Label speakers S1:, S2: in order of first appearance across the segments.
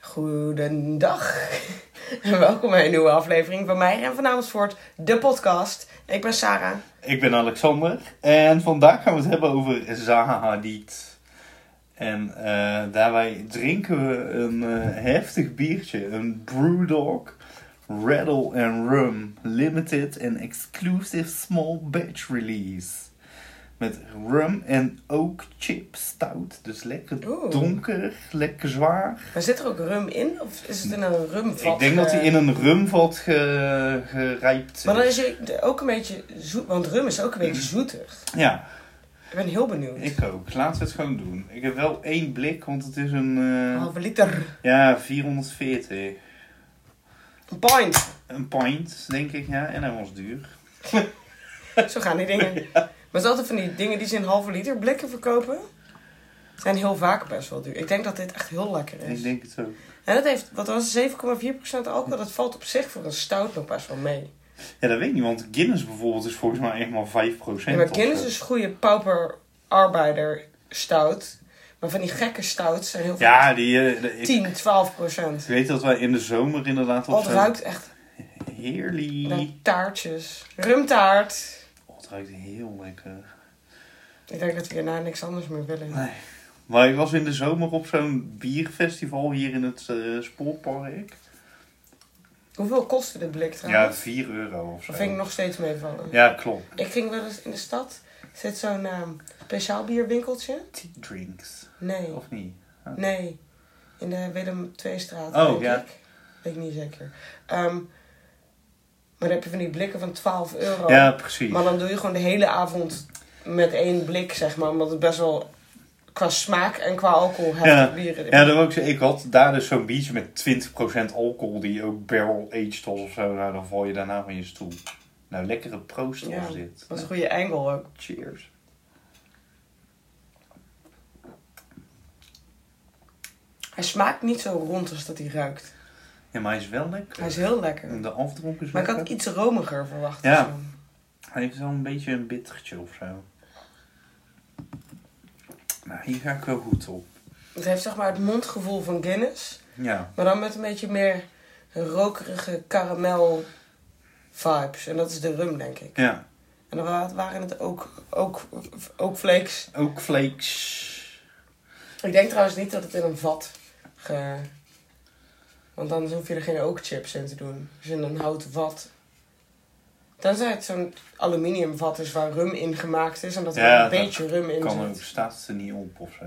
S1: Goedendag en welkom bij een nieuwe aflevering van mij en van Amersfoort, de podcast. Ik ben Sarah.
S2: Ik ben Alexander en vandaag gaan we het hebben over Zaha Hadid. En eh, daarbij drinken we een eh, heftig biertje, een Brewdog Rattle and Rum Limited and Exclusive Small Batch Release. Met rum en oak chip stout, dus lekker
S1: Oeh.
S2: donker, lekker zwaar.
S1: Maar zit er ook rum in of is het in een rumvat?
S2: Ik denk dat hij in een rumvat ge, gerijpt is.
S1: eh, Maar dan is hij ook een beetje zoet, want rum is ook een beetje zoeter.
S2: Ja,
S1: Ik ben heel benieuwd.
S2: Mm. Ik eh, ook. Laten we het gewoon doen. Ik heb wel één blik, want het is een... eh,
S1: Een halve liter.
S2: Ja, 440.
S1: Een pint.
S2: Een pint, denk ik, ja. En hij was duur.
S1: Zo gaan die dingen. Maar het is altijd van die dingen die ze in halve liter blikken verkopen. Zijn heel vaak best wel duur. Ik denk dat dit echt heel lekker is.
S2: Ik denk het ook.
S1: En dat heeft, wat was het, 7,4% alcohol? Dat valt op zich voor een stout nog best wel mee.
S2: Ja, dat weet ik niet, want Guinness bijvoorbeeld is volgens mij echt maar 5%.
S1: Ja, maar Guinness is goede pauper arbeider stout. Maar van die gekke stouts zijn heel veel.
S2: Ja, die... eh, de- ik,
S1: 10, 12 procent.
S2: ik weet dat wij in de zomer inderdaad
S1: Oh,
S2: op
S1: het
S2: zo'n...
S1: ruikt Oh, echt naar
S2: Heerlijk.
S1: taartjes. Rumtaart.
S2: Oh, het ruikt heel lekker.
S1: Ik denk dat we hierna niks anders meer willen.
S2: Nee. Maar ik was in de zomer op zo'n bierfestival hier in het eh, spoorpark.
S1: Hoeveel kostte de blik
S2: Ja,
S1: trouwens?
S2: 4 euro of zo.
S1: Dat vind ik nog steeds meevallen.
S2: Ja, klopt.
S1: Ik ging wel eens in de stad. Zit zo'n eh, speciaal bierwinkeltje?
S2: Tea drinks.
S1: Nee.
S2: Of niet?
S1: Nee. In de Willem II-straat.
S2: Oh,
S1: denk
S2: ja.
S1: Ik. Weet ik niet zeker. Ehm, maar dan heb je van die blikken van 12 euro.
S2: Ja, precies.
S1: Oh. Maar dan doe je gewoon de hele avond met één blik, zeg maar. Omdat het best wel qua smaak en qua alcohol heftig
S2: Ja.
S1: bier is.
S2: Ja, dat wou ik zeggen. Ik had daar dus zo'n biertje met 20% alcohol die ook barrel-aged was of zo. Nou, dan val je daarna van je stoel. Nou, lekkere proost
S1: Ja,
S2: was dit. Nou,
S1: Dat is een goede angle ook.
S2: Cheers.
S1: Hij smaakt niet zo rond als dat hij ruikt.
S2: Ja, maar hij is wel lekker.
S1: Hij is heel lekker.
S2: En de afdronk is
S1: Maar ik
S2: lekker.
S1: had iets romiger verwacht.
S2: Ja.
S1: of zo.
S2: Hij heeft wel een beetje een bittertje of zo. Nou, hier ga ik wel goed op.
S1: Het heeft zeg maar het mondgevoel van Guinness.
S2: Ja,
S1: Maar dan met een beetje meer rokerige karamel vibes. En dat is de rum, denk ik.
S2: ja.
S1: En dan wa- waren het ook, ook, ook flakes.
S2: Ook flakes.
S1: Ik denk trouwens niet dat het in een vat ge... Want dan hoef je er geen ookchips in te doen. Dus in een houten vat. Tenzij het zo'n aluminium vat is waar rum in gemaakt is. En dat er
S2: Ja,
S1: een
S2: dat
S1: beetje rum in
S2: Kan ook,
S1: zit.
S2: staat ze niet op of zo.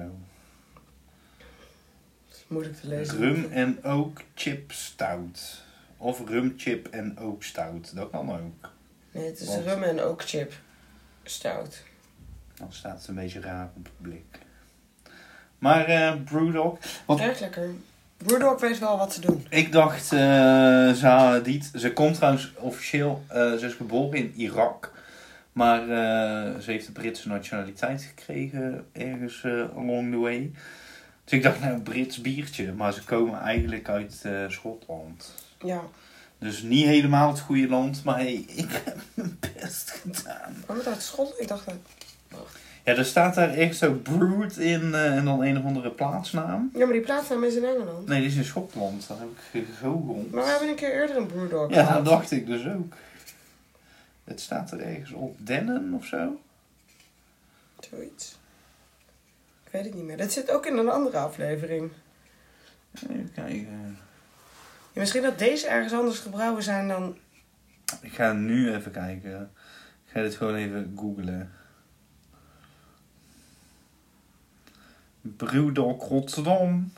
S1: Dat is moeilijk te lezen.
S2: Rum en ook chip stout. Of rum, chip en ook stout. Dat kan ook.
S1: Nee, het is
S2: Want-
S1: rum en ookchip. Stout.
S2: Dan staat het een beetje raar op het blik. Maar eh Brewdog. Wat-
S1: Erg lekker. Brewdog weet wel wat te doen.
S2: Ik dacht, eh Zahadit. Ze komt trouwens officieel. eh, ze is geboren in Irak. Maar eh, ze heeft de Britse nationaliteit gekregen. Ergens eh, along the way. Dus ik dacht, nou, Brits biertje. Maar ze komen eigenlijk uit eh, Schotland.
S1: Ja.
S2: Dus niet helemaal het goede land, maar hey, ik heb mijn best gedaan.
S1: Waarom het uit Schotland? Ik dacht dat...
S2: Ja, er staat daar echt zo brood in eh, en dan een of andere plaatsnaam.
S1: Ja, maar die plaatsnaam is in Engeland.
S2: Nee, dit is in Schotland, dat heb ik gegogeld.
S1: Maar we hebben een keer eerder een Brewdog
S2: Ja,
S1: gehad.
S2: dat dacht ik dus ook. Het staat er ergens op Dennen of zo.
S1: Zoiets. Ik weet het niet meer. Dat zit ook in een andere aflevering.
S2: Even kijken.
S1: Ja, misschien dat deze ergens anders gebrouwen zijn dan...
S2: Ik ga nu even kijken. Ik ga dit gewoon even googlen. Brewdog Rotterdam.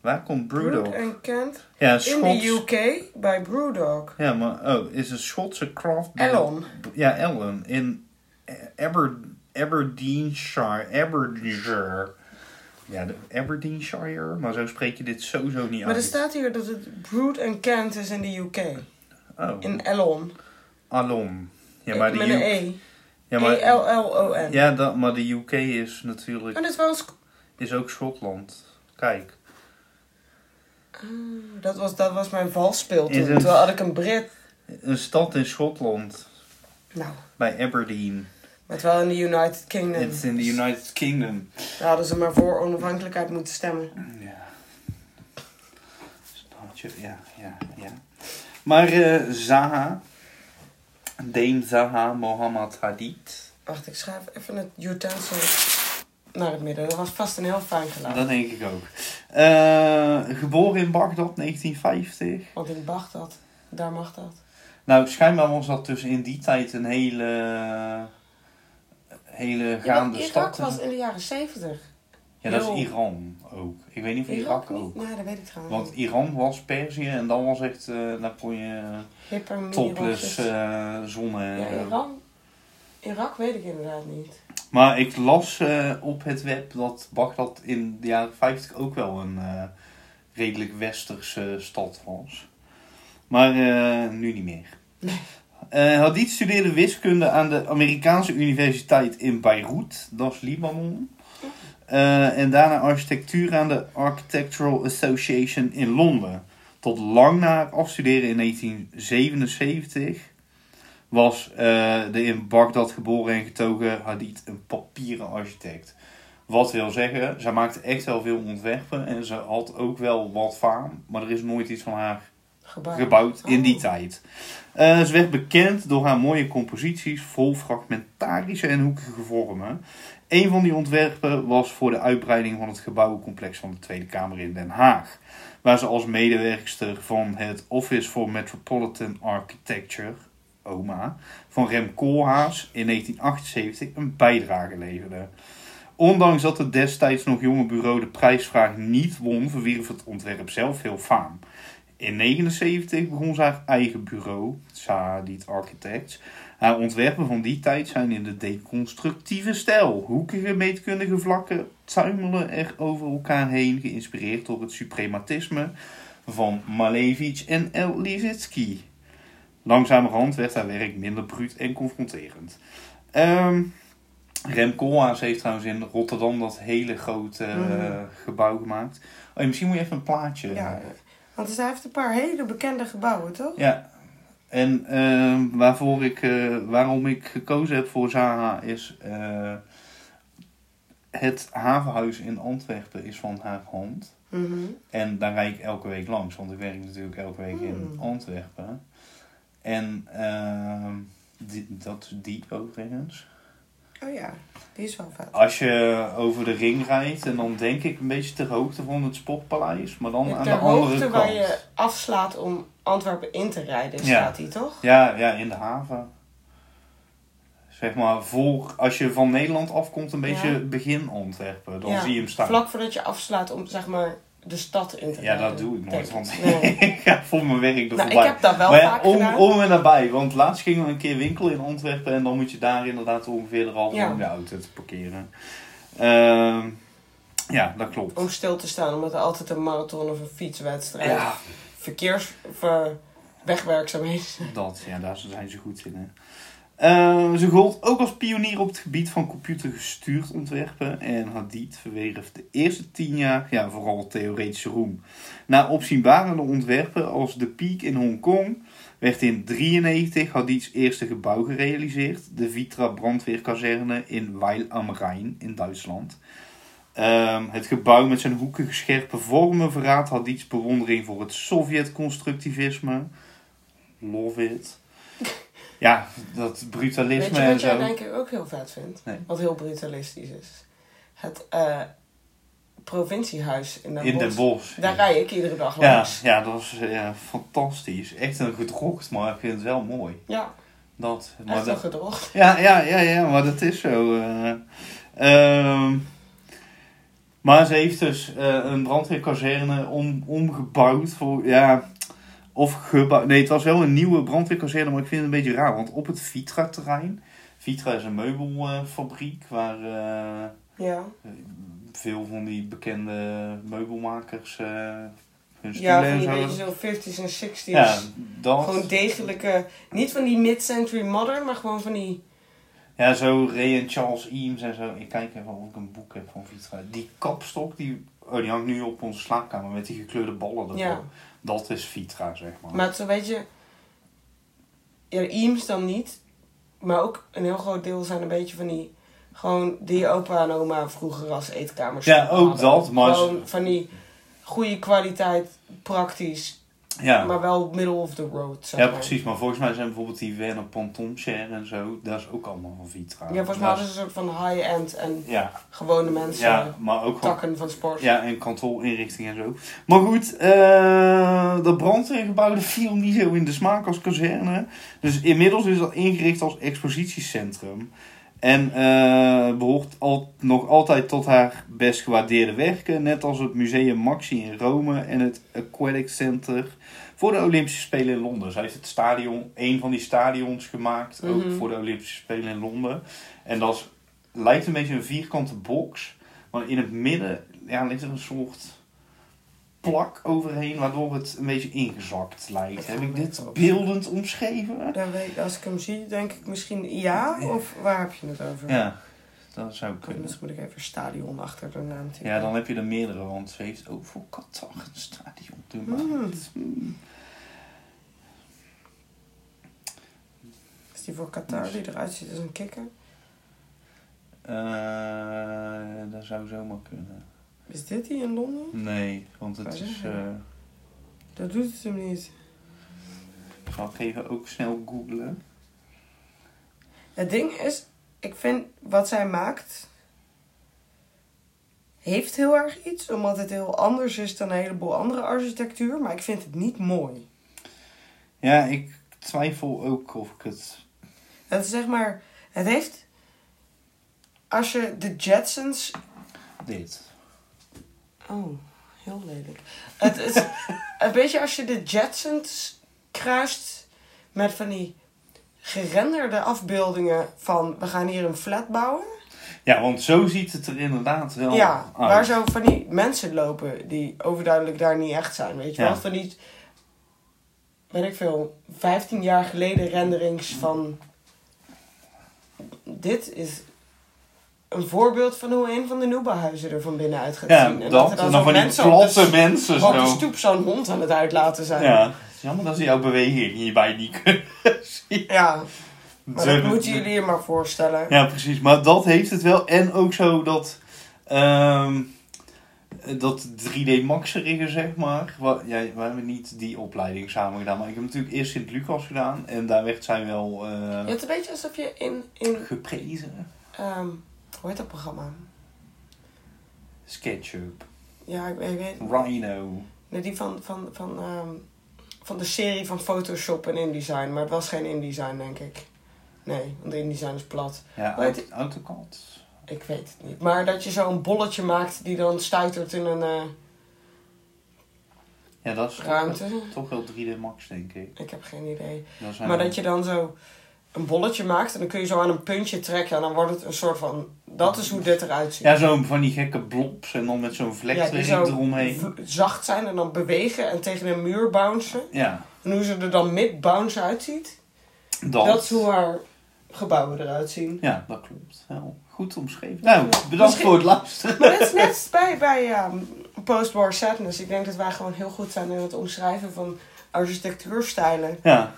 S2: Waar komt
S1: Brewdog
S2: Brewdog?
S1: en Kent.
S2: Ja,
S1: In
S2: Schots.
S1: de UK bij Brewdog.
S2: Ja, maar oh, is een Schotse craft beer-
S1: Ellon.
S2: Ja, Ellen in Aber, Aberdeenshire. Aberdeenshire. Ja, de Aberdeenshire, maar zo spreek je dit sowieso niet
S1: Maar er
S2: uit.
S1: staat hier dat het Brewed en Kent is in de UK.
S2: Oh,
S1: In Ellon.
S2: Alon. Ja, maar de
S1: Met
S2: U-
S1: een E. Oh.
S2: Ja, maar,
S1: E-L-L-O-N.
S2: ja dat, maar de UK is natuurlijk
S1: En dat is wel eens...
S2: is ook Schotland. Kijk.
S1: Ah, Dat was, dat was mijn valspeel toen.
S2: Is het-
S1: Terwijl had ik een Brit.
S2: Een stad in Schotland,
S1: Nou,
S2: bij Aberdeen.
S1: maar wel in de United Kingdom.
S2: Het is in the United Kingdom.
S1: Daar hadden ze maar voor onafhankelijkheid moeten stemmen.
S2: Ja. chip. Ja, ja, ja. Maar eh, Zaha, Dame Zaha Mohammed Hadid,
S1: Wacht, ik schuif even het utensil naar het midden. Dat was vast een heel fijn geluid.
S2: Nou, dat denk ik ook. Eh, geboren in Bagdad 1950.
S1: Want in Bagdad, daar mag dat.
S2: Nou, schijnbaar was dat dus in die tijd een hele, hele
S1: Ja, want
S2: gaande
S1: Irak
S2: stad.
S1: was in de jaren zeventig.
S2: Ja, dat
S1: Yo.
S2: is Iran ook. Ik weet niet of Irak
S1: niet?
S2: ook.
S1: Nee, dat weet ik trouwens
S2: Want
S1: niet.
S2: Iran was Perzië en dan was echt, eh daar kon je
S1: Hipper, mini
S2: topless
S1: racist.
S2: eh, zonne.
S1: Ja, Iran. Irak weet ik inderdaad niet.
S2: Maar ik las eh, op het web dat Bagdad in de jaren 50 ook wel een eh, redelijk westerse stad was. Maar eh, nu niet meer. Eh, Hadid studeerde wiskunde aan de Amerikaanse universiteit in Beirut, dat is Libanon. Eh, en daarna architectuur aan de Architectural Association in Londen. Tot lang na het afstuderen in 1977 was eh, de in Bagdad geboren en getogen Hadid een papieren architect. Wat wil zeggen, zij maakte echt wel veel ontwerpen en ze had ook wel wat faam, maar er is nooit iets van haar
S1: Gebouwd.
S2: gebouwd in die
S1: Oh.
S2: tijd. Eh, ze werd bekend door haar mooie composities, vol fragmentarische en hoekige vormen. Een van die ontwerpen was voor de uitbreiding van het gebouwencomplex van de Tweede Kamer in Den Haag. Waar ze als medewerkster van het Office for Metropolitan Architecture, OMA, van Rem Koolhaas in 1978 een bijdrage leverde. Ondanks dat het destijds nog jonge bureau de prijsvraag niet won, verwierf het ontwerp zelf veel faam. In 1979 begon ze haar eigen bureau, Saadit Architects. Haar ontwerpen van die tijd zijn in de deconstructieve stijl. Hoekige, meetkundige vlakken tuimelen er over elkaar heen, geïnspireerd door het suprematisme van Malevich en El Lisitsky. Langzamerhand werd haar werk minder bruut en confronterend. Ehm, Rem Koolhaas heeft trouwens in Rotterdam dat hele grote eh,
S1: Mhm.
S2: gebouw gemaakt. Oh, misschien moet je even een plaatje... eh,
S1: Ja, want hij heeft een paar hele bekende gebouwen, toch?
S2: Ja. En eh, waarvoor ik, eh, waarom ik gekozen heb voor Zaha is... eh, het havenhuis in Antwerpen is van haar hand.
S1: Mhm.
S2: En daar rijd ik elke week langs. Want ik werk natuurlijk elke week in
S1: Hmm.
S2: Antwerpen. En ehm, die, dat is die overigens.
S1: Oh ja, die is wel vet.
S2: Als je over de ring rijdt en dan denk ik een beetje ter hoogte van het Sportpaleis. Maar dan
S1: Ja,
S2: aan de
S1: Ter
S2: andere
S1: hoogte
S2: kant.
S1: waar je afslaat om Antwerpen in te rijden,
S2: Ja.
S1: staat die toch?
S2: Ja, ja, in de haven. Zeg maar, voor, als je van Nederland afkomt, een beetje
S1: Ja.
S2: begin Antwerpen. Dan
S1: Ja,
S2: zie je hem staan.
S1: Vlak voordat je afslaat om zeg maar de stad in te
S2: ja,
S1: rijden.
S2: dat doe ik
S1: denk
S2: nooit, want
S1: Nee.
S2: ik ga voor mijn werk er
S1: Nou, ik
S2: voorbij.
S1: heb dat wel
S2: maar ja,
S1: vaak
S2: om,
S1: gedaan.
S2: om en nabij, want laatst gingen we een keer winkelen in Antwerpen en dan moet je daar inderdaad ongeveer er al
S1: Ja.
S2: om de auto te parkeren. Ehm, ja, dat klopt.
S1: Om stil te staan, omdat er altijd een marathon of een fietswedstrijd.
S2: Ja,
S1: Verkeers... Of, eh, wegwerkzaamheden.
S2: Dat, ja, daar zijn ze goed in. Hè. Eh, ze gold ook als pionier op het gebied van computergestuurd ontwerpen en Hadid verwerf de eerste tien jaar ja, vooral theoretische roem. Na opzienbarende ontwerpen als The Peak in Hongkong werd in 1993 Hadids eerste gebouw gerealiseerd, de Vitra brandweerkazerne in Weil am Rijn in Duitsland. Ehm, het gebouw met zijn hoekige scherpe vormen verraadt Hadids bewondering voor het Sovjet-constructivisme. Love it. Ja, dat
S1: Weet
S2: brutalisme
S1: je
S2: en
S1: wat jij
S2: zo.
S1: denk ik ook heel vet vindt?
S2: Nee.
S1: Wat heel brutalistisch is. Het eh, provinciehuis in Den
S2: In
S1: Bosch.
S2: Den Bosch.
S1: Daar rij ik iedere dag
S2: ja,
S1: langs.
S2: ja, dat was ja, fantastisch. Echt een gedrocht, maar ik vind het wel mooi.
S1: Ja,
S2: Dat, maar
S1: echt wel
S2: dat,
S1: gedrocht.
S2: ja, ja, ja, ja, maar dat is zo. eh. Ehm, maar ze heeft dus eh, een brandweerkazerne om, omgebouwd voor, ja, of gebouwd. Nee, het was wel een nieuwe brandweerkazerne, maar ik vind het een beetje raar. Want op het Vitra-terrein, Vitra is een meubelfabriek waar... eh,
S1: Ja.
S2: veel van die bekende meubelmakers eh,
S1: Ja,
S2: hun stoelen
S1: van
S2: en
S1: die
S2: zo.
S1: beetje zo 50s en 60s.
S2: ja, dat.
S1: Gewoon degelijke, niet van die mid-century modern, maar gewoon van die...
S2: ja, zo Ray en Charles Eames en zo. Ik kijk even of ik een boek heb van Vitra. Die kapstok, die, oh, die hangt nu op onze slaapkamer met die gekleurde ballen erop.
S1: Ja.
S2: Dat is Vitra, zeg maar.
S1: Maar het is een beetje... Ja, Eames E dan niet. Maar ook een heel groot deel zijn een beetje van die... Gewoon die je opa en oma vroeger als eetkamers
S2: Ja, ook
S1: hadden.
S2: dat, maar-
S1: Gewoon van die goede kwaliteit, praktisch,
S2: Ja.
S1: Maar wel middle of the road. Zeg
S2: ja,
S1: maar.
S2: precies. Maar volgens mij zijn bijvoorbeeld die Werner Pontonchair en zo, dat is ook allemaal van Vitra.
S1: Ja, volgens mij
S2: Dat
S1: hadden ze een soort van high-end en
S2: Ja,
S1: gewone mensen.
S2: ja, maar ook gewoon
S1: Takken van sport.
S2: Ja, en kantoorinrichting en zo. Maar goed, eh dat brandweergebouw dat viel niet zo in de smaak als kazerne. Dus inmiddels is dat ingericht als expositiecentrum. En eh, behoort al, nog altijd tot haar best gewaardeerde werken. Net als het Museum Maxi in Rome en het Aquatic Center voor de Olympische Spelen in Londen. Zij heeft het stadion, een van die stadions gemaakt, ook
S1: Mhm.
S2: voor de Olympische Spelen in Londen. En dat is, lijkt een beetje een vierkante box. Maar in het midden ja, ligt er een soort plak overheen, waardoor het een beetje ingezakt lijkt. Heb ik dit beeldend omschreven?
S1: Daar weet, als ik hem zie, denk ik misschien ja? Of waar heb je het over?
S2: Ja, dat zou kunnen.
S1: Anders moet ik even stadion achter de naam typen.
S2: Ja, dan heb je er meerdere, want ze heeft ook voor Qatar een stadion gemaakt.
S1: Hmm.
S2: Hmm.
S1: Is die voor Qatar die eruit ziet als een kikker?
S2: Eh, dat zou zomaar kunnen.
S1: Is dit die in Londen?
S2: Nee, want het is... eh,
S1: Dat doet het hem niet.
S2: ik zal ik even ook snel googlen.
S1: Het ding is, ik vind wat zij maakt. heeft heel erg iets, omdat het heel anders is dan een heleboel andere architectuur. Maar ik vind het niet mooi.
S2: Ja, ik twijfel ook of ik het...
S1: Het is zeg maar. Het heeft. Als je de Jetsons.
S2: Dit.
S1: Oh, heel lelijk. Het is een beetje als je de Jetsons kruist met van die gerenderde afbeeldingen van we gaan hier een flat bouwen.
S2: Ja, want zo ziet het er inderdaad wel
S1: Ja,
S2: uit.
S1: waar zo van die mensen lopen die overduidelijk daar niet echt zijn, weet je
S2: Ja.
S1: wel? Van die, weet ik veel, 15 jaar geleden renderings van... Dit is een voorbeeld van hoe een van de Nuba-huizen er van binnenuit gaat
S2: Ja,
S1: zien.
S2: dat.
S1: er
S2: En dan,
S1: zo'n
S2: van die
S1: mensen op de
S2: platte
S1: s-
S2: mensen
S1: op de
S2: zo.
S1: stoep zo'n hond aan het uitlaten zijn.
S2: Dus nou- Ja. Het is Jammer dat ze jouw beweging hierbij niet kunnen zien.
S1: Ja, maar
S2: Ze-
S1: dat moeten jullie je maar voorstellen.
S2: Ja, precies. Maar dat heeft het wel. En ook zo dat... ehm, dat 3D maxerige, zeg maar. Wa- ja, we hebben niet die opleiding samen gedaan. Maar ik heb natuurlijk eerst Sint-Lucas gedaan. En daar werd zij wel eh,
S1: Je hebt een beetje alsof je in, in
S2: geprezen.
S1: ehm, hoe heet dat programma?
S2: SketchUp.
S1: Ja, ik weet, ik weet
S2: Rhino.
S1: Nee, die van, van, van, ehm, van de serie van Photoshop en InDesign. Maar het was geen InDesign, denk ik. Nee, want InDesign is plat.
S2: Ja,
S1: Maar het-
S2: Aut- AutoCAD.
S1: Ik weet het niet. Maar dat je zo'n bolletje maakt die dan stuitert in een eh,
S2: Ja, dat is toch-
S1: ruimte.
S2: toch wel 3D max, denk ik.
S1: Ik heb geen idee.
S2: Dat zijn
S1: Maar
S2: wel-
S1: dat je dan zo een bolletje maakt en dan kun je zo aan een puntje trekken. En dan wordt het een soort van... Dat is hoe dit eruit ziet.
S2: Ja, zo'n van die gekke blobs en dan met zo'n vlek
S1: Ja, die
S2: erin
S1: zo
S2: eromheen.
S1: v- zacht zijn en dan bewegen en tegen een muur bouncen.
S2: Ja,
S1: En hoe ze er dan mid-bounce uitziet.
S2: dat.
S1: Dat is hoe haar gebouwen eruit zien.
S2: Ja, dat klopt. Heel goed omschreven. Nou, bedankt voor het luisteren.
S1: Maar dat is net bij, bij ehm, post-war sadness. Ik denk dat wij gewoon heel goed zijn in het omschrijven van architectuurstijlen
S2: Ja,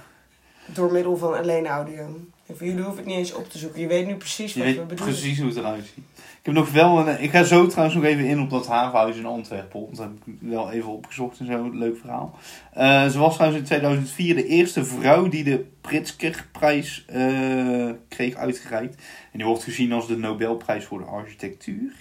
S1: door middel van alleen audio. En voor jullie hoeven het niet eens op te zoeken. Je weet nu precies
S2: je
S1: wat we
S2: weet
S1: bedoelen.
S2: precies hoe het eruit ziet. Ik heb nog wel een... Ik ga zo trouwens nog even in op dat havenhuis in Antwerpen. Want dat heb ik wel even opgezocht en zo. Leuk verhaal. Eh, ze was trouwens in 2004 de eerste vrouw die de Pritzkerprijs eh, kreeg uitgereikt. En die wordt gezien als de Nobelprijs voor de architectuur.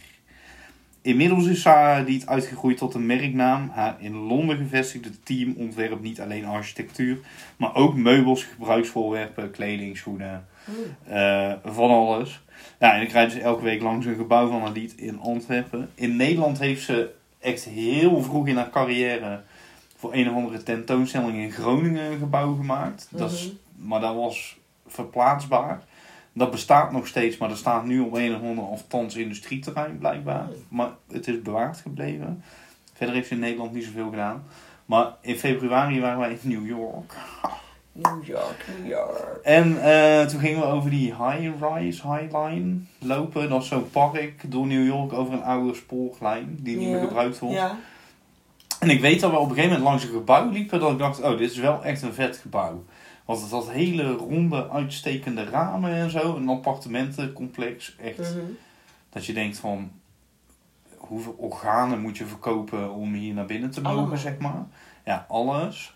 S2: Inmiddels is Sarah Diet uitgegroeid tot een merknaam. Haar in Londen gevestigde team ontwerpt niet alleen architectuur, maar ook meubels, gebruiksvoorwerpen, kleding, schoenen,
S1: Hmm.
S2: eh, van alles. Ja, en ik rijd dus elke week langs een gebouw van Hadid in Antwerpen. In Nederland heeft ze echt heel vroeg in haar carrière voor een of andere tentoonstelling in Groningen een gebouw gemaakt. Dat is, maar dat was verplaatsbaar. Dat bestaat nog steeds, maar dat staat nu op een of ander althans industrieterrein blijkbaar. Maar het is bewaard gebleven. Verder heeft ze in Nederland niet zoveel gedaan. Maar in februari waren wij in New York.
S1: New York, New York.
S2: En eh, toen gingen we over die high-rise, high-line lopen. Dat is zo'n park door New York over een oude spoorlijn die niet
S1: Ja.
S2: meer gebruikt wordt.
S1: Ja.
S2: En ik weet dat we op een gegeven moment langs een gebouw liepen dat ik dacht, oh, dit is wel echt een vet gebouw. Want het had hele ronde, uitstekende ramen en zo. Een appartementencomplex. Echt
S1: Mhm.
S2: dat je denkt van, hoeveel organen moet je verkopen om hier naar binnen te mogen,
S1: Allemaal.
S2: zeg maar. Ja, alles.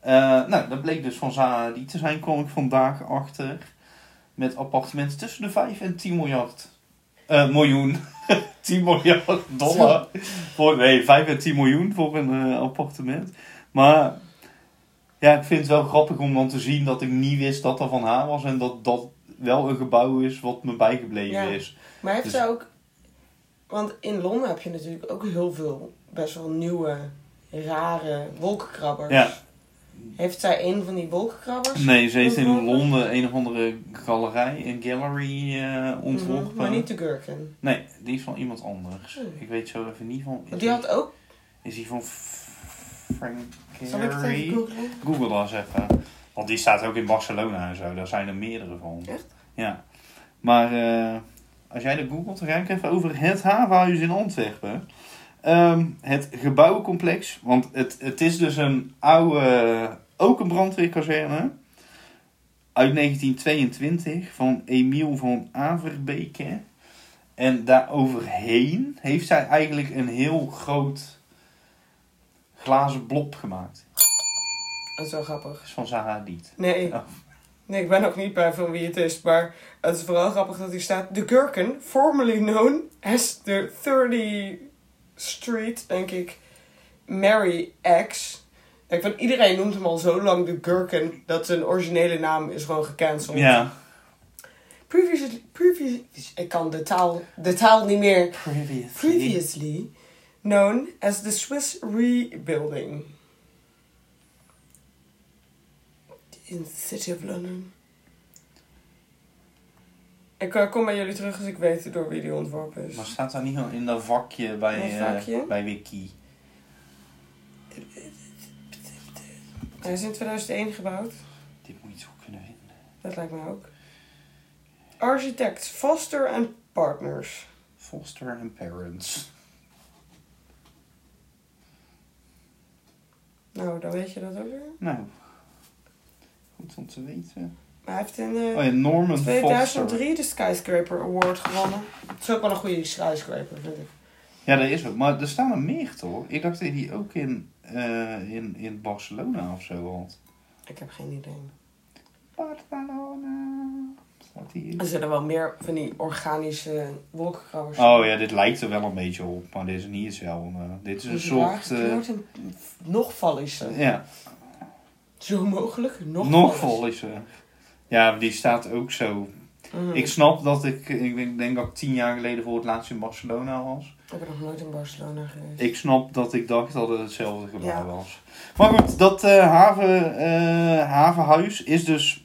S2: Eh, nou, dat bleek dus van Zaha Hadid te zijn, kwam ik vandaag achter. Met appartementen tussen de 5 en 10 miljard. eh, miljoen. 10 miljard dollar. Voor, nee, 5 en 10 miljoen voor een eh, appartement. Maar ja, ik vind het wel grappig om dan te zien dat ik niet wist dat dat van haar was. En dat dat wel een gebouw is wat me bijgebleven
S1: Ja.
S2: is.
S1: Maar heeft
S2: Dus-
S1: zij ook... Want in Londen heb je natuurlijk ook heel veel best wel nieuwe, rare wolkenkrabbers.
S2: Ja.
S1: Heeft zij een van die wolkenkrabbers?
S2: Nee, ze heeft in
S1: ontworpen?
S2: Londen een of andere galerij, een gallery eh, ontworpen.
S1: Mhm, Maar niet de Gherkin.
S2: Nee, die is van iemand anders.
S1: Hmm.
S2: Ik weet zo even niet van. Is
S1: Want die had ook...
S2: Is die van F- Frank
S1: Zal ik het even
S2: Gehry?
S1: googlen?
S2: Google dat eens even. Want die staat ook in Barcelona en zo. Daar zijn er meerdere van.
S1: Echt?
S2: Ja. Maar eh, als jij dat googelt, dan ga ik even over het havenhuis in Antwerpen. Ehm, het gebouwencomplex. Want het, het is dus een oude... Ook een brandweerkazerne. Uit 1922. Van Emiel van Averbeke. En daaroverheen heeft zij eigenlijk een heel groot glazen blob gemaakt.
S1: Dat is wel Oh, grappig.
S2: Dat is van Zaha Hadid.
S1: Nee.
S2: Oh.
S1: Nee, ik ben ook niet bij van wie het is, maar het is vooral grappig dat hier staat... The Gherkin, formerly known as the 30 Street, denk ik, Mary X. Ik van iedereen noemt hem al zo lang The Gherkin, dat zijn originele naam is gewoon gecanceld.
S2: Ja.
S1: Previously, previous, ik kan de taal, de taal niet meer.
S2: Previously.
S1: Previously known as the Swiss Rebuilding. In the City of London. Ik eh, kom bij jullie terug als ik weet door wie die ontworpen is.
S2: Maar staat daar niet al in dat vakje bij,
S1: Dat
S2: eh,
S1: vakje?
S2: bij Wiki?
S1: Hij is in 2001 gebouwd.
S2: Dit moet je zo kunnen vinden.
S1: Dat lijkt me ook. Architect Foster and Partners.
S2: Foster and Parents.
S1: Nou, dan weet je dat ook weer.
S2: Nou. Goed om te weten.
S1: Maar hij heeft in eh,
S2: Oh ja, Norman Foster.
S1: 2003 de Skyscraper Award gewonnen. Dat is ook wel een goede skyscraper, vind ik.
S2: Ja, dat is ook. Maar er staan er meer toch? Ik dacht dat je die ook in, eh, in, in Barcelona of zo had.
S1: Ik heb geen idee.
S2: Barcelona. Staat die hier?
S1: Er zitten wel meer van die organische wolkenkrabbers.
S2: Dus- Oh ja, dit lijkt er wel een beetje op, maar dit is niet hetzelfde. Dit is een
S1: Dus
S2: soort. eh,
S1: Gekleurd en nog vallischer.
S2: ja,
S1: Zo mogelijk, nog,
S2: nog
S1: vallischer.
S2: vol is er. Ja, die staat ook zo.
S1: Mhm.
S2: Ik
S1: Ik...
S2: snap dat ik, ik denk, denk dat ik tien jaar geleden voor het laatst in Barcelona was.
S1: ben nog nooit in Barcelona geweest.
S2: Ik snap dat ik dacht dat het hetzelfde gebouw
S1: Ja.
S2: was. Maar goed, dat eh, haven, eh, havenhuis is dus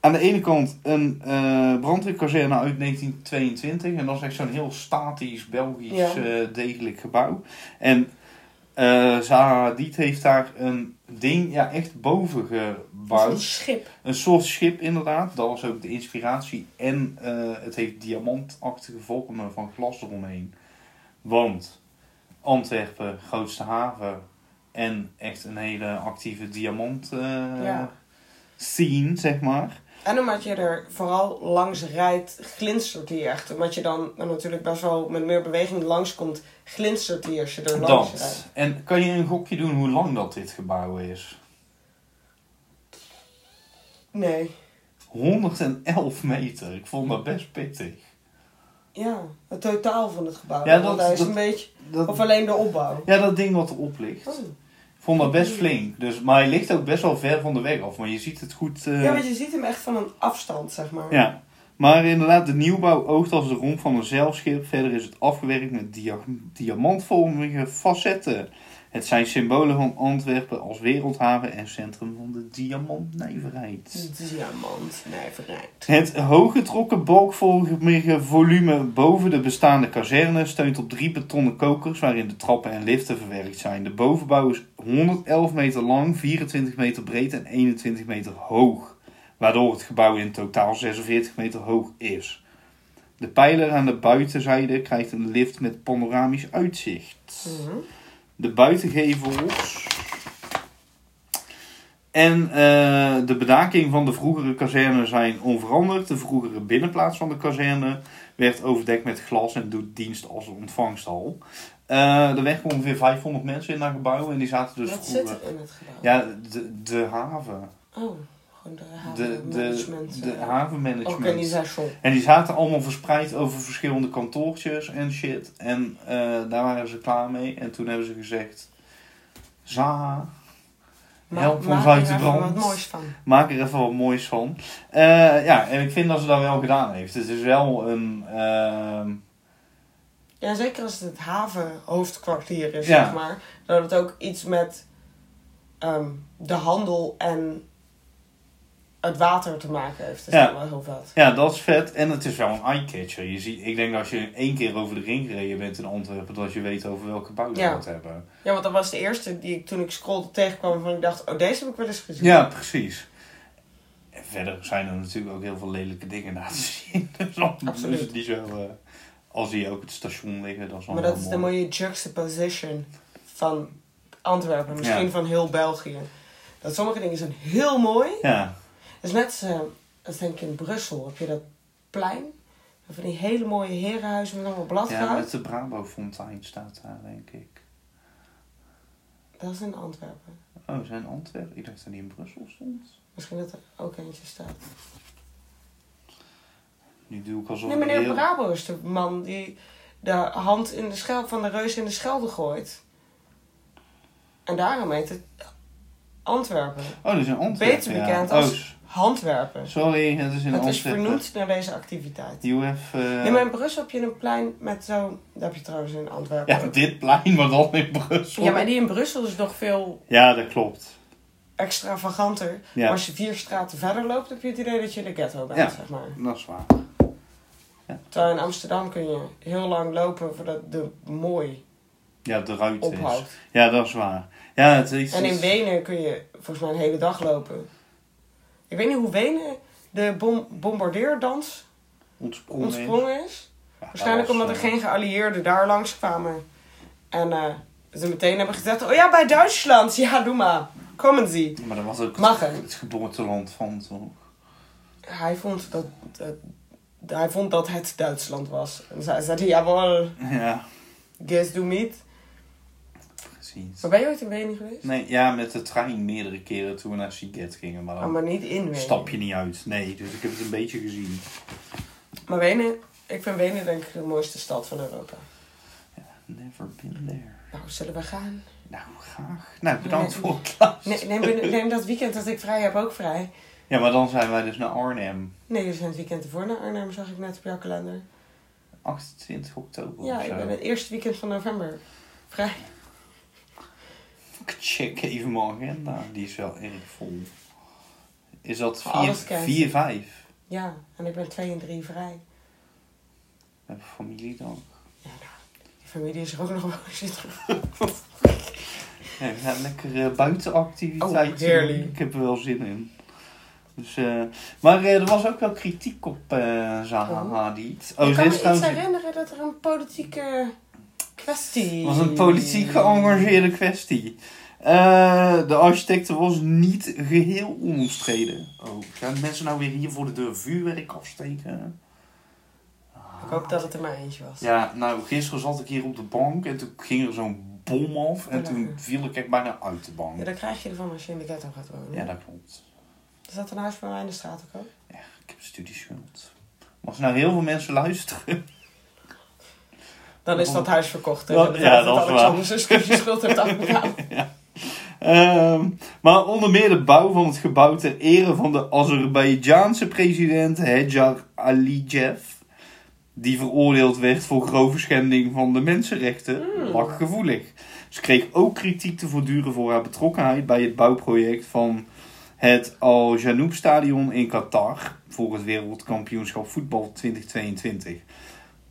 S2: aan de ene kant een eh brandweerkazerne uit 1922. En dat is echt zo'n heel statisch Belgisch
S1: Ja.
S2: eh, degelijk gebouw. En eh Zaha Hadid heeft daar een ding ja, echt boven
S1: Dat is
S2: gebouwd.
S1: een schip.
S2: Een soort schip inderdaad, dat was ook de inspiratie. En eh, het heeft diamantachtige vormen van glas eromheen. Want Antwerpen, grootste haven en echt een hele actieve diamant eh,
S1: Ja.
S2: scene, zeg maar.
S1: En omdat je er vooral langs rijdt, glinstert die echt. Omdat je dan dan natuurlijk best wel met meer beweging langskomt, glinstert die als je er langs rijdt.
S2: Dat. En kan je een gokje doen hoe lang dat dit gebouw is?
S1: Nee.
S2: 111 meter. Ik vond dat best pittig.
S1: Ja, het totaal van het gebouw.
S2: Ja,
S1: Ja,
S2: dat-
S1: dat, is
S2: dat-
S1: een beetje... Of
S2: Dat,
S1: alleen de opbouw.
S2: eh, ja, dat ding wat erop ligt.
S1: Oh.
S2: Ik vond dat best flink. Dus, maar hij ligt ook best wel ver van de weg af. Maar je ziet het goed. eh,
S1: Ja, want je ziet hem echt van een afstand, zeg maar.
S2: Ja, maar inderdaad, de nieuwbouw oogt als de romp van een zeilschip. Verder is het afgewerkt met dia- diamantvormige facetten. Het zijn symbolen van Antwerpen als wereldhaven en centrum van de diamantnijverheid.
S1: Diamant, nee, verrijkt.
S2: Het hooggetrokken balkvormige volume boven de bestaande kazerne steunt op drie betonnen kokers waarin de trappen en liften verwerkt zijn. De bovenbouw is 111 meter lang, 24 meter breed en 21 meter hoog, waardoor het gebouw in totaal 46 meter hoog is. De pijler aan de buitenzijde krijgt een lift met panoramisch uitzicht.
S1: Hmm. Mhm.
S2: De buitengevels. En eh, de bedaking van de vroegere kazerne zijn onveranderd. De vroegere binnenplaats van de kazerne werd overdekt met glas en doet dienst als ontvangsthal. Eh, er werken ongeveer 500 mensen in dat gebouw en die zaten dus
S1: Wat zit
S2: vroeger...
S1: er in het gebouw?
S2: Ja, de, de haven.
S1: Oh, gewoon de
S2: De, de,
S1: havenmanagement.
S2: de
S1: eh,
S2: havenmanagement.
S1: Organisation.
S2: En die zaten allemaal verspreid over verschillende kantoortjes en shit. En eh, daar waren ze klaar mee. En toen hebben ze gezegd: Zaha,
S1: Ma-
S2: Help ons
S1: maak
S2: uit de
S1: er even
S2: brand.
S1: wat moois van.
S2: maak er even wat moois van. Eh, ja, en ik vind dat ze dat wel gedaan heeft. Het is wel een. ehm,
S1: Ja, zeker als het het havenhoofdkwartier is,
S2: Ja.
S1: zeg maar. Dat het ook iets met ehm, de handel en het water te maken heeft. Dat is
S2: Ja.
S1: wel heel vet.
S2: ja, dat is vet. En het is wel een eyecatcher. Je ziet, ik denk dat als je één keer over de ring gereden bent in Antwerpen, dat je weet over welke bouw je
S1: Ja.
S2: moet hebben.
S1: Ja, want dat was de eerste die ik toen ik scrollde tegenkwam waarvan ik dacht, oh deze heb ik wel eens gezien.
S2: Ja, precies. En verder zijn er natuurlijk ook heel veel lelijke dingen daar te zien. Dus dan
S1: Absoluut.
S2: is het niet zo... eh, als die ook het station liggen, dat is wel
S1: Maar dat
S2: heel
S1: is de
S2: mooi.
S1: mooie juxtaposition van Antwerpen, misschien
S2: Ja.
S1: van heel België. Dat sommige dingen zijn heel mooi.
S2: Ja,
S1: Dat is net als, eh, als denk ik in Brussel heb je dat plein. Van die hele mooie herenhuizen met allemaal
S2: ja,
S1: bladgoud.
S2: met de Brabo-fontein staat daar, denk ik.
S1: Dat is in Antwerpen.
S2: Oh, zijn Antwerpen? Ik dacht dat die in Brussel stond.
S1: Misschien dat er ook eentje staat.
S2: Nu doe ik alsof
S1: Nee,
S2: ik
S1: meneer
S2: heel-
S1: Brabo is de man die de hand in de schel van de reus in de schelde gooit. En daarom heet het Antwerpen.
S2: Oh, dat is in Antwerpen,
S1: Beter
S2: ja.
S1: bekend
S2: Oh,
S1: als
S2: s-
S1: Handwerpen.
S2: sorry, het is in
S1: Het is
S2: Antwerpen.
S1: vernoemd naar deze activiteit.
S2: UF... eh,
S1: Nee, maar in Brussel heb je een plein met zo... Dat heb je trouwens in Antwerpen
S2: Ja,
S1: ook.
S2: dit plein, maar dan in Brussel.
S1: Ja, maar die in Brussel is nog veel
S2: Ja, dat klopt.
S1: extravaganter.
S2: Ja.
S1: Maar als je vier straten verder loopt, heb je het idee dat je in de ghetto bent,
S2: Ja.
S1: zeg maar.
S2: Dat is waar.
S1: Terwijl in Amsterdam kun je heel lang lopen voordat de mooi
S2: Ja, de ruit is.
S1: ophoudt.
S2: Ja, dat is waar. Ja, het is...
S1: En in Wenen kun je volgens mij een hele dag lopen. Ik weet niet hoe Wenen de bom bombardeerdans
S2: ontsprongen.
S1: ontsprongen is.
S2: Ja,
S1: Waarschijnlijk
S2: dat was,
S1: omdat er
S2: eh,
S1: geen geallieerden daar langs kwamen. En eh, ze meteen hebben gezegd, oh ja, bij Duitsland, ja, doe maar. Komen ze.
S2: Maar dat was ook
S1: Mag, hè?
S2: het, het geboorteland van toch?
S1: Hij vond dat, dat- hij vond dat het Duitsland was. En zij zei, jawel,
S2: Ja,
S1: guess do meet.
S2: precies.
S1: Maar ben je ooit in Wenen geweest?
S2: Nee, ja, met de trein meerdere keren toen we naar Siget gingen, maar
S1: Ah,
S2: dan
S1: maar niet in Wenen.
S2: stap je niet uit. Nee, dus ik heb het een beetje gezien.
S1: Maar Wenen, ik vind Wenen denk ik de mooiste stad van Europa.
S2: Never been there.
S1: Nou, zullen we gaan?
S2: Nou, graag. Nou, bedankt
S1: Nee.
S2: voor het luisteren.
S1: Nee, neem, binnen- neem dat weekend dat ik vrij heb ook vrij.
S2: Ja, maar dan zijn wij dus naar Arnhem.
S1: Nee, we zijn het weekend ervoor naar Arnhem, zag ik net op jouw kalender.
S2: 28 oktober
S1: Ja,
S2: of
S1: ik
S2: zo.
S1: ben het eerste weekend van november vrij.
S2: Ik check even mijn agenda. Die is wel erg vol. Is dat
S1: Voor alles kijken.
S2: 4, 5?
S1: Ja, en ik ben 2 en 3 vrij.
S2: Heb ik familie dan?
S1: Ja, nou, die familie is er ook nog wel zitten.
S2: Nee, we gaan lekker eh, buitenactiviteiten
S1: Oh, heerlijk.
S2: doen. Ik heb er wel zin in. Dus, eh, maar eh, er was ook wel kritiek op eh Zaha
S1: Oh.
S2: Hadid.
S1: ik kan
S2: ze
S1: me
S2: is trouwens-
S1: iets herinneren dat er een politieke kwestie...
S2: was een politiek geëngageerde kwestie. Eh, de architecte was niet geheel onomstreden. Oh, gaan mensen nou weer hier voor de deur vuurwerk afsteken?
S1: Ik hoop dat het er maar eentje was.
S2: Ja, nou, gisteren zat ik hier op de bank en toen ging er zo'n bom af. En toen viel ik echt bijna uit de
S1: Ja,
S2: bank.
S1: dat krijg je ervan als je in de ghetto gaat wonen.
S2: Ja, dat klopt.
S1: Is dat een huis bij mij in de straat ook? al?
S2: Ik heb studieschuld. Maar als nou heel veel mensen luisteren.
S1: Dan is dat huis verkocht.
S2: Ja,
S1: En
S2: ja, dat is
S1: Alexander zijn studieschuld heeft afbetaald.
S2: Ehm, maar onder meer de bouw van het gebouw ter ere van de Azerbeidzjaanse president Hedjar Aliyev. Die veroordeeld werd voor grove schending van de mensenrechten, lag gevoelig. Ze kreeg ook kritiek te voortduren voor haar betrokkenheid bij het bouwproject van het Al Janoub Stadion in Qatar voor het wereldkampioenschap voetbal 2022.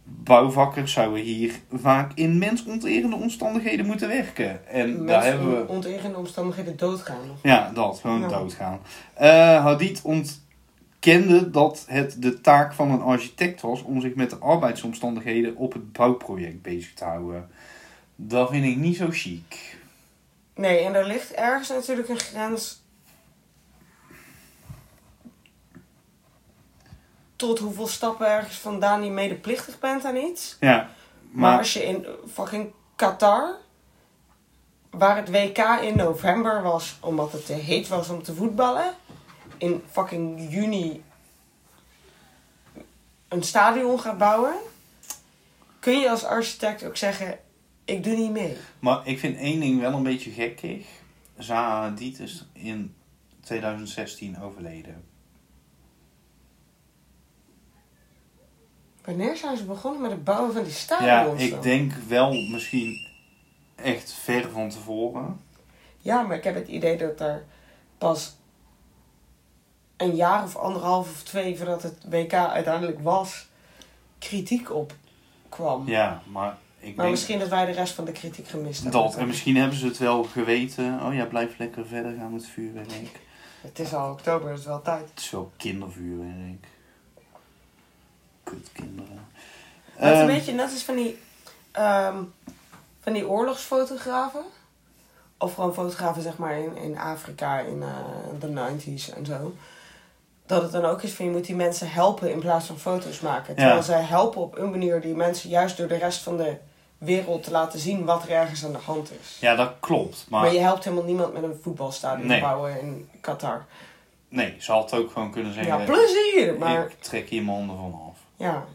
S2: Bouwvakkers zouden hier vaak in mensonterende omstandigheden moeten werken. En daar
S1: Mensen
S2: hebben we
S1: in onteerende omstandigheden doodgaan. nog.
S2: ja, dat. Gewoon
S1: Ja.
S2: doodgaan. Eh, Hadid ontkende dat het de taak van een architect was om zich met de arbeidsomstandigheden op het bouwproject bezig te houden. Dat vind ik niet zo chic.
S1: Nee, en er ligt ergens natuurlijk een grens tot hoeveel stappen ergens vandaan je medeplichtig bent aan iets.
S2: Ja.
S1: Maar,
S2: Maar,
S1: als je in eh, fucking Qatar, waar het WK in november was omdat het te heet was om te voetballen, in fucking juni een stadion gaat bouwen, kun je als architect ook zeggen: Ik doe niet mee.
S2: maar ik vind één ding wel een beetje gekkig. Zaha Hadid is in 2016 overleden.
S1: Wanneer zijn ze begonnen met het bouwen van die
S2: Ja,
S1: stadions?
S2: ik
S1: dan?
S2: denk wel misschien echt ver van tevoren.
S1: Ja, maar ik heb het idee dat er pas een jaar of anderhalf of twee voordat het WK uiteindelijk was, kritiek op kwam.
S2: Ja, maar ik
S1: maar
S2: denk
S1: misschien dat wij de rest van de kritiek gemist hebben.
S2: dat. En misschien hebben ze het wel geweten. Oh ja, blijf lekker verder gaan met vuurwerk.
S1: Het is al oktober, het is wel tijd.
S2: Het is wel kindervuurwerk. Kut kinderen.
S1: Maar
S2: Ehm,
S1: het is een beetje net als van die, ehm, van die oorlogsfotografen. Of gewoon fotografen zeg maar in, in Afrika in eh, de 90s en zo. Dat het dan ook is van je moet die mensen helpen in plaats van foto's maken. Terwijl
S2: Ja.
S1: zij helpen op een manier die mensen juist door de rest van de wereld te laten zien wat er ergens aan de hand is.
S2: Ja, dat klopt.
S1: Maar,
S2: Maar,
S1: je helpt helemaal niemand met een voetbalstadion
S2: Nee.
S1: bouwen in Qatar.
S2: nee, ze had ook gewoon kunnen
S1: Ja,
S2: zeggen...
S1: plezier! Maar
S2: Ik trek hier mijn handen van af.
S1: ja,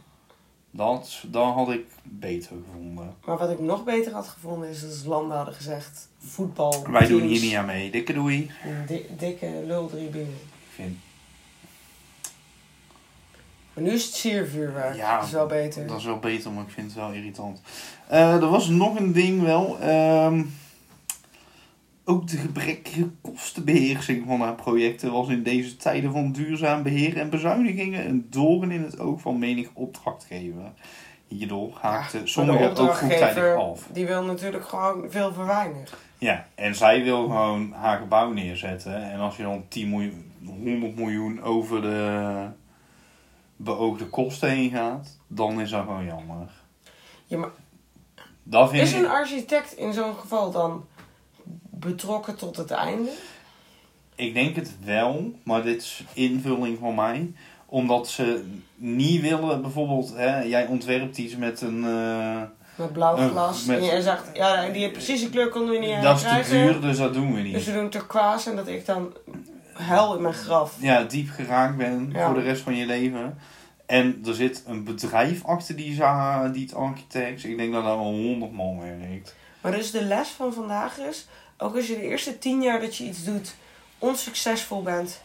S2: Dat, dan had ik beter gevonden.
S1: Maar wat ik nog beter had gevonden is dat landen hadden gezegd: voetbal.
S2: Wij doen
S1: teams,
S2: hier niet aan mee. Dikke doei.
S1: een di- dikke lul drie bieren.
S2: Ik vind,
S1: Maar nu is het zeer vuurwerk.
S2: Ja,
S1: dat is wel beter.
S2: dat is wel beter, maar ik vind het wel irritant. Eh, er was nog een ding wel. ehm, ook de gebrekkige kostenbeheersing van haar projecten was in deze tijden van duurzaam beheer en bezuinigingen een doorn in het oog van menig opdrachtgever. Hierdoor haakten
S1: Ja, maar
S2: sommigen
S1: de
S2: ook vroegtijdig
S1: opdrachtgever,
S2: af.
S1: Die wil natuurlijk gewoon veel voor weinig.
S2: Ja, en zij wil gewoon haar gebouw neerzetten. En als je dan 10 miljoen, 100 miljoen over de beoogde kosten heen gaat, dan is dat gewoon jammer.
S1: Ja, maar
S2: Dat vind
S1: is
S2: ik.
S1: een architect in zo'n geval dan betrokken tot het einde?
S2: Ik denk het wel, maar dit is invulling van mij. Omdat ze niet willen, bijvoorbeeld, hè, jij ontwerpt iets met een. eh,
S1: Met blauw
S2: Eh,
S1: glas.
S2: met-
S1: En jij zegt: ja, die heeft precies die kleur konden we niet
S2: dat is te
S1: krijgen.
S2: duur, dus dat doen we
S1: Dus we
S2: niet.
S1: doen turquoise en dat ik dan huil in mijn graf.
S2: Ja, diep geraakt ben
S1: Ja.
S2: voor de rest van je leven. En er zit een bedrijf achter die Zaha, die het architects. Ik denk dat daar wel honderd man werkt.
S1: Maar dus de les van vandaag is, ook als je de eerste tien jaar dat je iets doet onsuccesvol bent,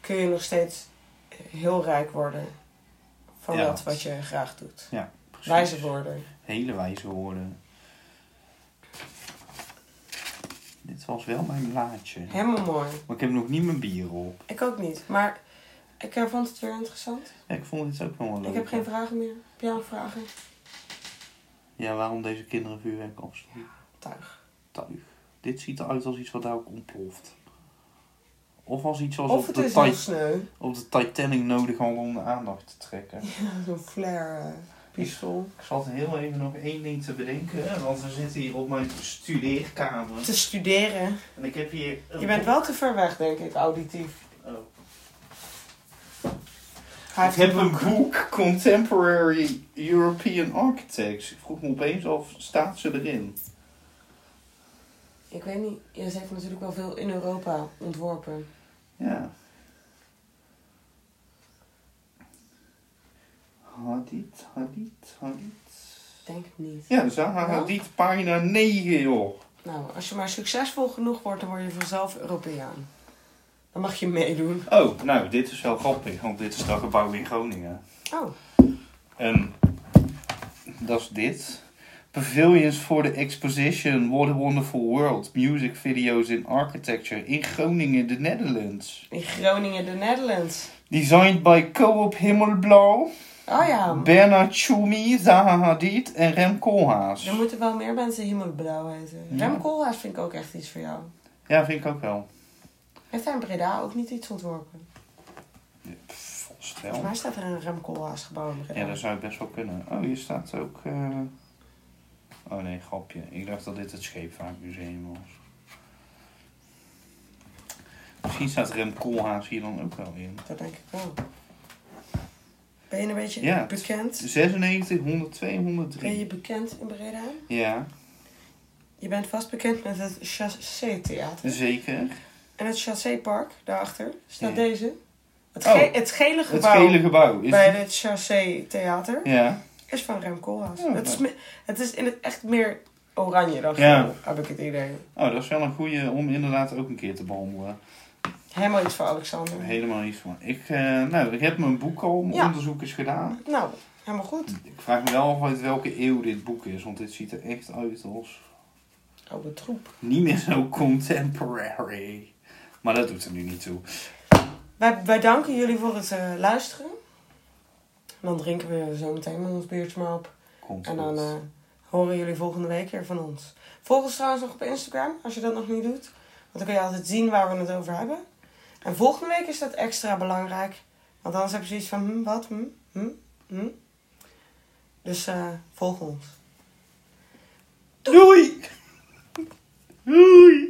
S1: kun je nog steeds eh, heel rijk worden van
S2: Ja.
S1: dat wat je graag doet.
S2: Precies.
S1: Wijzer worden.
S2: Hele wijze woorden. Dit was wel mijn blaadje.
S1: Helemaal mooi.
S2: Maar ik heb nog niet mijn bier op.
S1: Ik ook niet, maar ik eh, vond het weer interessant.
S2: Ja, ik vond dit ook wel een leuk.
S1: Ik heb geen vragen meer. Heb jij nog vragen?
S2: Ja, waarom deze kinderen vuurwerk afslaan?
S1: Tuig.
S2: Tuig. Dit ziet eruit als iets wat daar ook ontploft. Of als iets wat
S1: Of
S2: op
S1: het
S2: de,
S1: is heel
S2: Ti-
S1: sneu.
S2: op de Titanic nodig had om de aandacht te trekken.
S1: Ja, Zo'n flare eh, pistool.
S2: Ik zat heel even nog één ding te bedenken, hè, want we zitten hier op mijn studeerkamer.
S1: Te studeren.
S2: En ik heb hier... een-
S1: Je bent wel te ver weg, denk ik, auditief.
S2: Oh.
S1: Hij
S2: Ik
S1: heeft
S2: heb een boek, Contemporary European Architects. Ik vroeg me opeens af, staat ze erin?
S1: Ik weet niet, ja, ze heeft natuurlijk wel veel in Europa ontworpen.
S2: Ja. Hadid, Hadid, Hadid.
S1: Ik Denk het niet.
S2: Ja, dus Zaha
S1: Ja?
S2: Hadid, pagina 9, joh.
S1: Nou, als je maar succesvol genoeg wordt, dan word je vanzelf Europeaan. Dan mag je meedoen.
S2: Oh, nou, dit is wel grappig, want dit is dat gebouw in Groningen.
S1: Oh,
S2: En Ehm, dat is dit. Pavilions for the exposition, what a wonderful world. Music videos in architecture in Groningen, the Netherlands.
S1: in Groningen, de Netherlands.
S2: Designed by Co-op Himmelblauw,
S1: Oh ja,
S2: Bernard Tjoumi, Zaha Hadid en Rem Koolhaas.
S1: er moeten wel meer mensen Himmelblauw heten.
S2: Ja.
S1: Rem Koolhaas vind ik ook echt iets voor jou.
S2: Ja, vind ik ook wel.
S1: Heeft hij in Breda ook niet iets ontworpen?
S2: Volstel.
S1: Volgens mij staat er een Rem Koolhaas gebouw in Breda.
S2: Ja, dat zou best wel kunnen. Oh, hier staat ook. eh, Oh nee, grapje. Ik dacht dat dit het scheepvaartmuseum was. Misschien staat Rem Koolhaas hier dan ook wel in.
S1: Dat denk ik wel. Ben je een beetje
S2: Ja. Dus-
S1: bekend?
S2: 96, 102,
S1: Ben je
S2: 103.
S1: bekend in Breda?
S2: Ja,
S1: Je bent vast bekend met het Chassé-theater.
S2: zeker.
S1: En het Chassé-park daarachter staat
S2: Ja.
S1: deze. Het,
S2: Oh.
S1: ge- het gele
S2: Het
S1: gebouw
S2: gele gebouw. Is
S1: bij
S2: het-
S1: het Chassé-theater
S2: Ja,
S1: is van Rem Koolhaas.
S2: Ja,
S1: het, is
S2: ja.
S1: me- het is in het echt meer oranje dan
S2: Ja.
S1: geel, heb ik het idee.
S2: oh, dat is wel een goede om inderdaad ook een keer te behandelen.
S1: Helemaal iets voor Alexander.
S2: Helemaal iets van. Ik, eh, nou, ik heb mijn boek al, mijn
S1: Ja.
S2: onderzoek is gedaan.
S1: Nou, helemaal goed.
S2: Ik vraag me wel af uit welke eeuw dit boek is, want dit ziet er echt uit als
S1: Oude Oh, troep.
S2: niet meer zo contemporary. Maar dat doet er nu niet toe.
S1: Wij, wij danken jullie voor het eh, luisteren. En dan drinken we zo meteen met ons biertje maar op.
S2: Komt
S1: En dan
S2: goed.
S1: eh, horen jullie volgende week weer van ons. Volg ons trouwens nog op Instagram, als je dat nog niet doet. Want dan kun je altijd zien waar we het over hebben. En volgende week is dat extra belangrijk. Want anders heb je zoiets van, hm, wat, hm, hm, hm. Dus eh, volg ons.
S2: Doei! Doei!